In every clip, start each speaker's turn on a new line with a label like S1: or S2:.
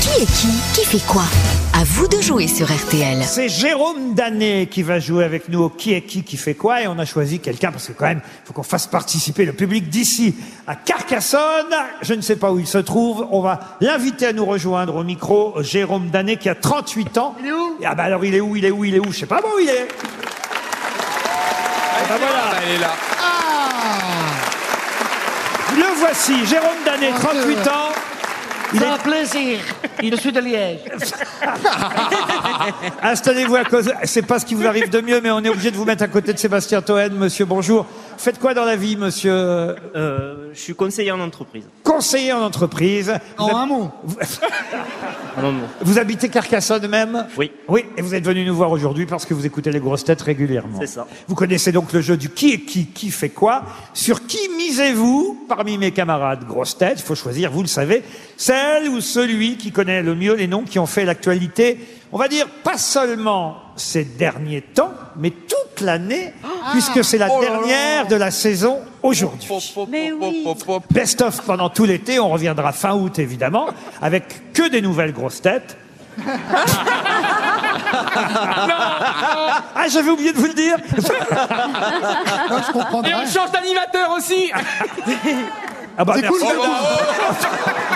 S1: Qui est qui Qui fait quoi À vous de jouer sur RTL.
S2: C'est Jérôme Danet qui va jouer avec nous au qui est qui qui fait quoi et on a choisi quelqu'un parce que quand même faut qu'on fasse participer le public d'ici à Carcassonne. Je ne sais pas où il se trouve. On va l'inviter à nous rejoindre au micro Jérôme Danet qui a 38 ans. Il est où Ah bah alors il est où Il est où Il est où Je sais pas bon il est. Ah bah voilà.
S3: Elle est là.
S2: Le voici Jérôme Danet 38 ans. Il
S4: C'est
S2: est
S4: un plaisir. Je suis de Liège.
S2: Installez-vous à cause. C'est pas ce qui vous arrive de mieux, mais on est obligé de vous mettre à côté de Sébastien Toen, monsieur. Bonjour. Faites quoi dans la vie, monsieur
S5: Euh, je suis conseiller en entreprise.
S2: Conseiller en entreprise. Vous,
S4: En
S2: hab-
S4: un mot.
S5: Non, non.
S2: vous habitez Carcassonne même
S5: Oui.
S2: Oui, et vous êtes venu nous voir aujourd'hui parce que vous écoutez les grosses têtes régulièrement.
S5: C'est ça.
S2: Vous connaissez donc le jeu du qui est qui, qui fait quoi. Sur qui misez-vous parmi mes camarades grosses têtes Il faut choisir, vous le savez, celle ou celui qui connaît le mieux les noms qui ont fait l'actualité. On va dire pas seulement ces derniers temps, mais toute l'année, puisque c'est la
S3: Oh là là.
S2: dernière de la saison aujourd'hui.
S3: Pop, pop,
S6: Mais
S3: pop,
S6: oui.
S3: pop, pop.
S2: Best-of pendant tout l'été, on reviendra fin août évidemment, avec que des nouvelles grosses têtes. ah, j'avais oublié de vous le dire.
S4: Non, je comprends
S7: Et on change d'animateur aussi
S2: Ah bah, merci.
S3: Oh là,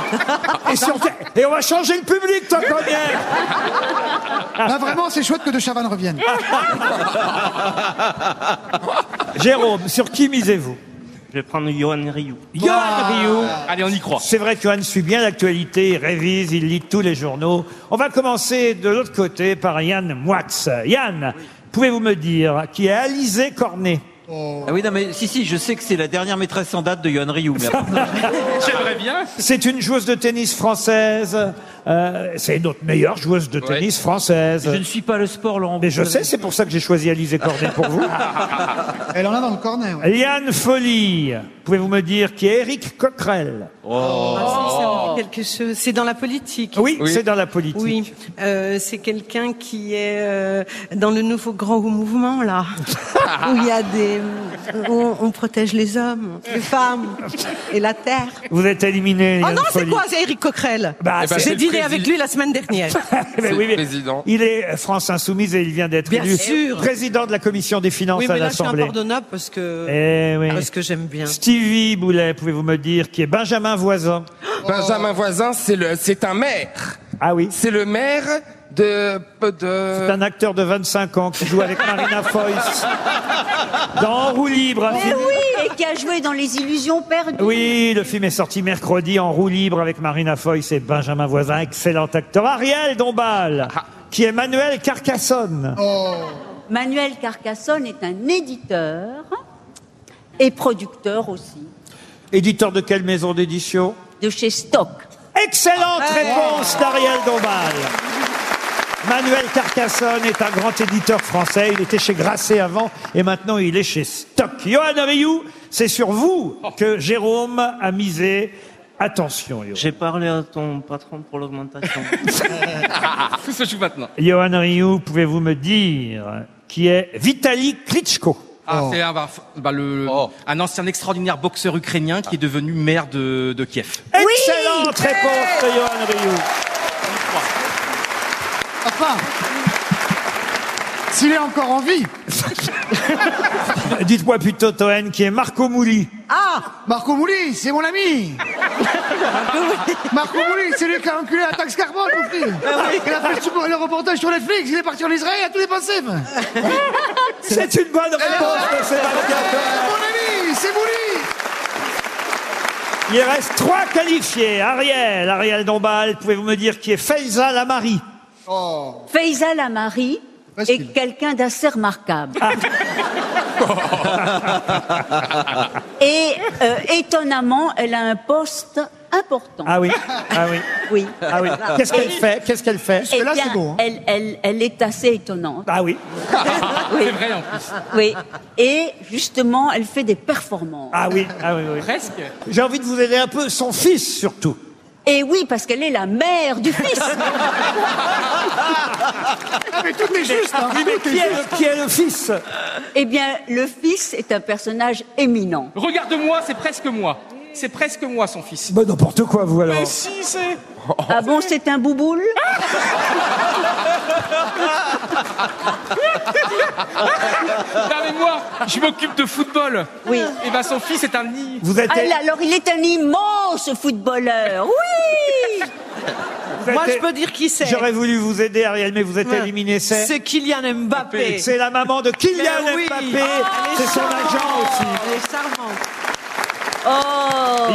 S3: oh,
S2: et, surtout- et on Ah, va euh, changer le public, toi, quand même.
S4: Là, vraiment, c'est chouette que De Chavannes revienne.
S3: Ah.
S2: Jérôme, sur qui misez-vous
S5: Je vais prendre Johan Rioux.
S2: Johan Rioux.
S7: Allez, on y croit.
S2: C'est vrai que Johan suit bien l'actualité, il révise, il lit tous les journaux. On va commencer de l'autre côté par Yann Moix. Yann, pouvez-vous me dire qui est Alizé Cornet
S8: Ah oui, non, mais si, si, je sais que c'est la dernière maîtresse en date de Yohan Ryu. Mais après-
S7: J'aimerais bien.
S2: C'est une joueuse de tennis française. Euh, c'est notre meilleure joueuse de tennis française.
S8: je ne suis pas le sport, Laurent.
S2: euh, Mais je sais, c'est pour ça que j'ai choisi Alizé Cornet pour vous.
S4: Elle en a dans le cornet. ouais.
S2: Liane Folie, pouvez-vous me dire qui est Eric Coquerel
S6: Ah, si, ça me dit quelque chose. C'est dans la politique.
S2: Oh. Ah oui, c'est dans la politique.
S6: Oui, Euh, c'est quelqu'un qui est euh, dans le nouveau grand mouvement là, où il y a des, où on, on protège les hommes, les femmes et la terre.
S2: Vous êtes éliminé.
S6: Oh
S2: Liane
S6: non, c'est
S2: Folly.
S6: quoi C'est Eric Coquerel.
S2: bah,
S3: Eh ben,
S2: c'est-
S6: J'ai
S3: le
S6: dîné
S3: président.
S6: avec lui la semaine dernière.
S2: mais
S3: c'est
S2: oui, mais
S3: le président.
S2: Il est euh, France Insoumise et il vient d'être
S6: Bien
S2: élu
S6: sûr.
S2: président de la commission des finances
S6: Oui,
S2: à
S6: mais là je suis
S2: l'Assemblée.
S6: impardonnable parce que
S2: Eh oui.
S6: parce que j'aime bien.
S2: Stevie Boulet, pouvez-vous me dire qui est Benjamin Voisin
S7: Oh.
S3: Benjamin Voisin, c'est le, c'est un maire.
S2: Ah oui.
S3: C'est le maire de,
S2: C'est
S3: de.
S2: un acteur de 25 ans qui joue avec Marina Foïs dans En roue libre. un film-
S9: Eh oui, et qui a joué dans Les Illusions perdues.
S2: Oui, le film est sorti mercredi en roue libre avec Marina Foïs et Benjamin Voisin, excellent acteur. Ariel Dombal,
S3: Ah.
S2: qui est Manuel Carcassonne.
S9: Manuel Carcassonne est un éditeur et producteur aussi
S2: Éditeur de quelle maison d'édition
S9: de chez Stock.
S2: Excellente réponse d'Ariel Dombal. Manuel Carcassonne est un grand éditeur français. Il était chez Grasset avant et maintenant il est chez Stock. Johan Rioux, c'est sur vous que Jérôme a misé. Attention, Johan.
S5: J'ai parlé à ton patron pour l'augmentation.
S7: Tout se joue maintenant.
S2: Johan Rioux, pouvez-vous me dire qui est Vitali Klitschko
S7: Ah, c'est un, bah, f- bah, le,
S3: Oh.
S7: un ancien extraordinaire boxeur ukrainien qui est devenu maire de, de Kiev.
S2: Excellente réponse de Johan Rioux.
S4: Enfin, s'il est encore en vie,
S2: Dites-moi plutôt, Toen, qui est Marco Mouli.
S4: Marco Mouli, c'est mon ami. Marco Mouli, c'est lui qui a enculé la taxe carbone, mon fils.
S2: Ah
S4: Il a fait le super- le reportage sur Netflix, il est parti en Israël, il a tout dépensé. Mon
S2: C'est une bonne réponse de Sébastien Toen.
S4: ami, c'est Mouli.
S2: Il reste trois qualifiés. Ariel, Ariel Dombal, pouvez-vous me dire qui est Faiza Lamari
S9: Faisal Amari
S4: Facile.
S9: est quelqu'un d'assez remarquable. Et euh, étonnamment, elle a un poste important.
S2: Ah oui, ah oui,
S9: Oui.
S2: ah oui. Qu'est-ce qu'elle fait Qu'est-ce qu'elle fait
S9: Eh
S4: là,
S9: bien,
S4: c'est beau, hein.
S9: elle, elle, elle est assez étonnante.
S2: Ah oui,
S9: Oui,
S7: C'est vrai en plus.
S9: oui. Et justement, elle fait des performances.
S2: ah oui, ah oui, oui.
S7: Presque.
S2: J'ai envie de vous aider un peu. Son fils surtout.
S9: Et oui, parce qu'elle est la mère du fils.
S4: Ah, mais tout est juste. hein,
S2: Oui, mais
S4: tout est
S2: qui est
S4: juste.
S2: le, qui est le fils
S9: Eh bien, le fils est un personnage éminent.
S7: Regarde-moi, c'est presque moi. C'est presque moi, son fils.
S2: Bah n'importe quoi vous alors.
S7: Mais si, c'est.
S10: Oh.
S9: Ah bon, c'est un bouboule
S10: Ah,
S7: Non mais moi, je m'occupe de football.
S9: Oui.
S7: Et bah son fils est un nid.
S2: Vous êtes,
S9: Ah, là, Alors, il est un immense footballeur, oui
S2: vous êtes-
S10: Moi, je peux dire qui c'est.
S2: J'aurais voulu vous aider, Ariel, mais vous êtes
S10: Ouais.
S2: éliminé. C'est
S10: C'est Kylian Mbappé.
S2: c'est la maman de Kylian
S10: Mais oui. Ah,
S2: Mbappé.
S10: Elle est
S2: C'est son agent
S10: charmante.
S2: aussi.
S10: Elle est charmante.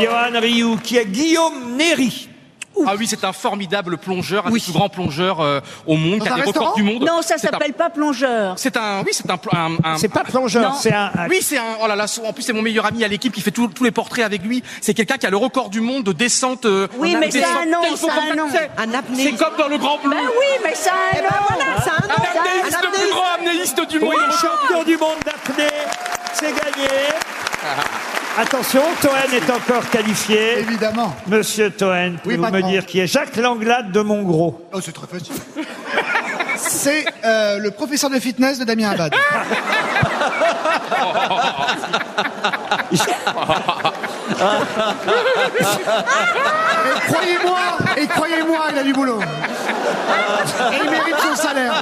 S2: Johan Rioux, qui est Guillaume Néry.
S7: Ah oui, c'est un formidable plongeur, un des plus grands plongeurs euh, au monde, qui
S4: un
S7: a des
S4: restaurant
S7: records du monde.
S9: Non, ça
S7: C'est un-
S9: s'appelle pas plongeur.
S7: C'est un, oui, c'est un, pl- un- un-
S2: C'est pas plongeur,
S9: Non.
S2: c'est un, un-
S7: Oui, c'est un. Oh là là, en plus c'est mon meilleur ami à l'équipe qui fait tout- tous les portraits avec lui. C'est quelqu'un qui a le record du monde de descente. euh,
S9: Oui,
S7: de
S9: mais c'est
S7: descente.
S9: un nom,
S7: Il faut
S9: c'est
S7: qu'on
S9: un nom.
S7: fasse-
S10: Un apné-
S7: C'est comme dans le Grand Bleu.
S9: Ben oui, mais ça a un
S10: Ah. Eh ben
S9: nom.
S10: voilà,
S2: Hein
S10: c'est un
S7: Un
S10: nom.
S7: apnéiste,
S10: Un
S7: le plus
S10: apnéiste.
S7: grand apnéiste du
S2: Oui,
S7: monde.
S2: champion du monde d'apnée. C'est gagné. Attention, Toen est encore qualifié.
S4: Évidemment.
S2: Monsieur Toen,
S4: Ah. Oui,
S2: pouvez-vous me
S4: patron.
S2: dire qui est Jacques Langlade de Montgros
S4: Oh, c'est très facile. C'est euh, le professeur de fitness de Damien Abad. Et croyez-moi, et croyez-moi, il a du boulot. Et il mérite son salaire.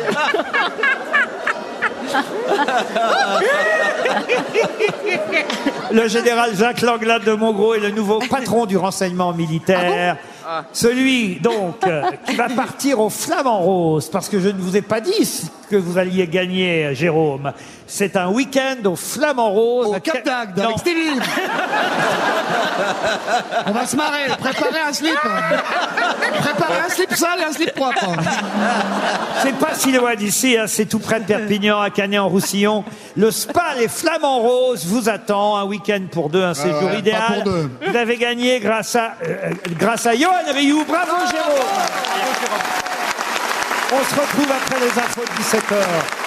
S2: Le général Jacques Langlade de Montgros est le nouveau patron du renseignement
S4: Ah
S2: militaire. Celui, donc, euh, qui va partir au Flamand Rose, parce que je ne vous ai pas dit ce que vous alliez gagner, Jérôme. C'est un week-end au Flamand Rose.
S4: Au
S2: à
S4: Cap d'Agde,
S2: Non,
S4: avec Stevie. On va se marrer. Préparez un slip. Préparez un slip sale et un slip propre.
S2: C'est pas si loin d'ici, hein, c'est tout près de Perpignan, à Canet-en-Roussillon. Le spa Les Flamants Roses vous attend, un week-end pour deux, un séjour
S4: Ah ouais, pas
S2: idéal.
S4: pour deux.
S2: Vous avez gagné grâce à, euh, grâce à Johan Rioux. Bravo Jérôme On se retrouve après les infos de 17h.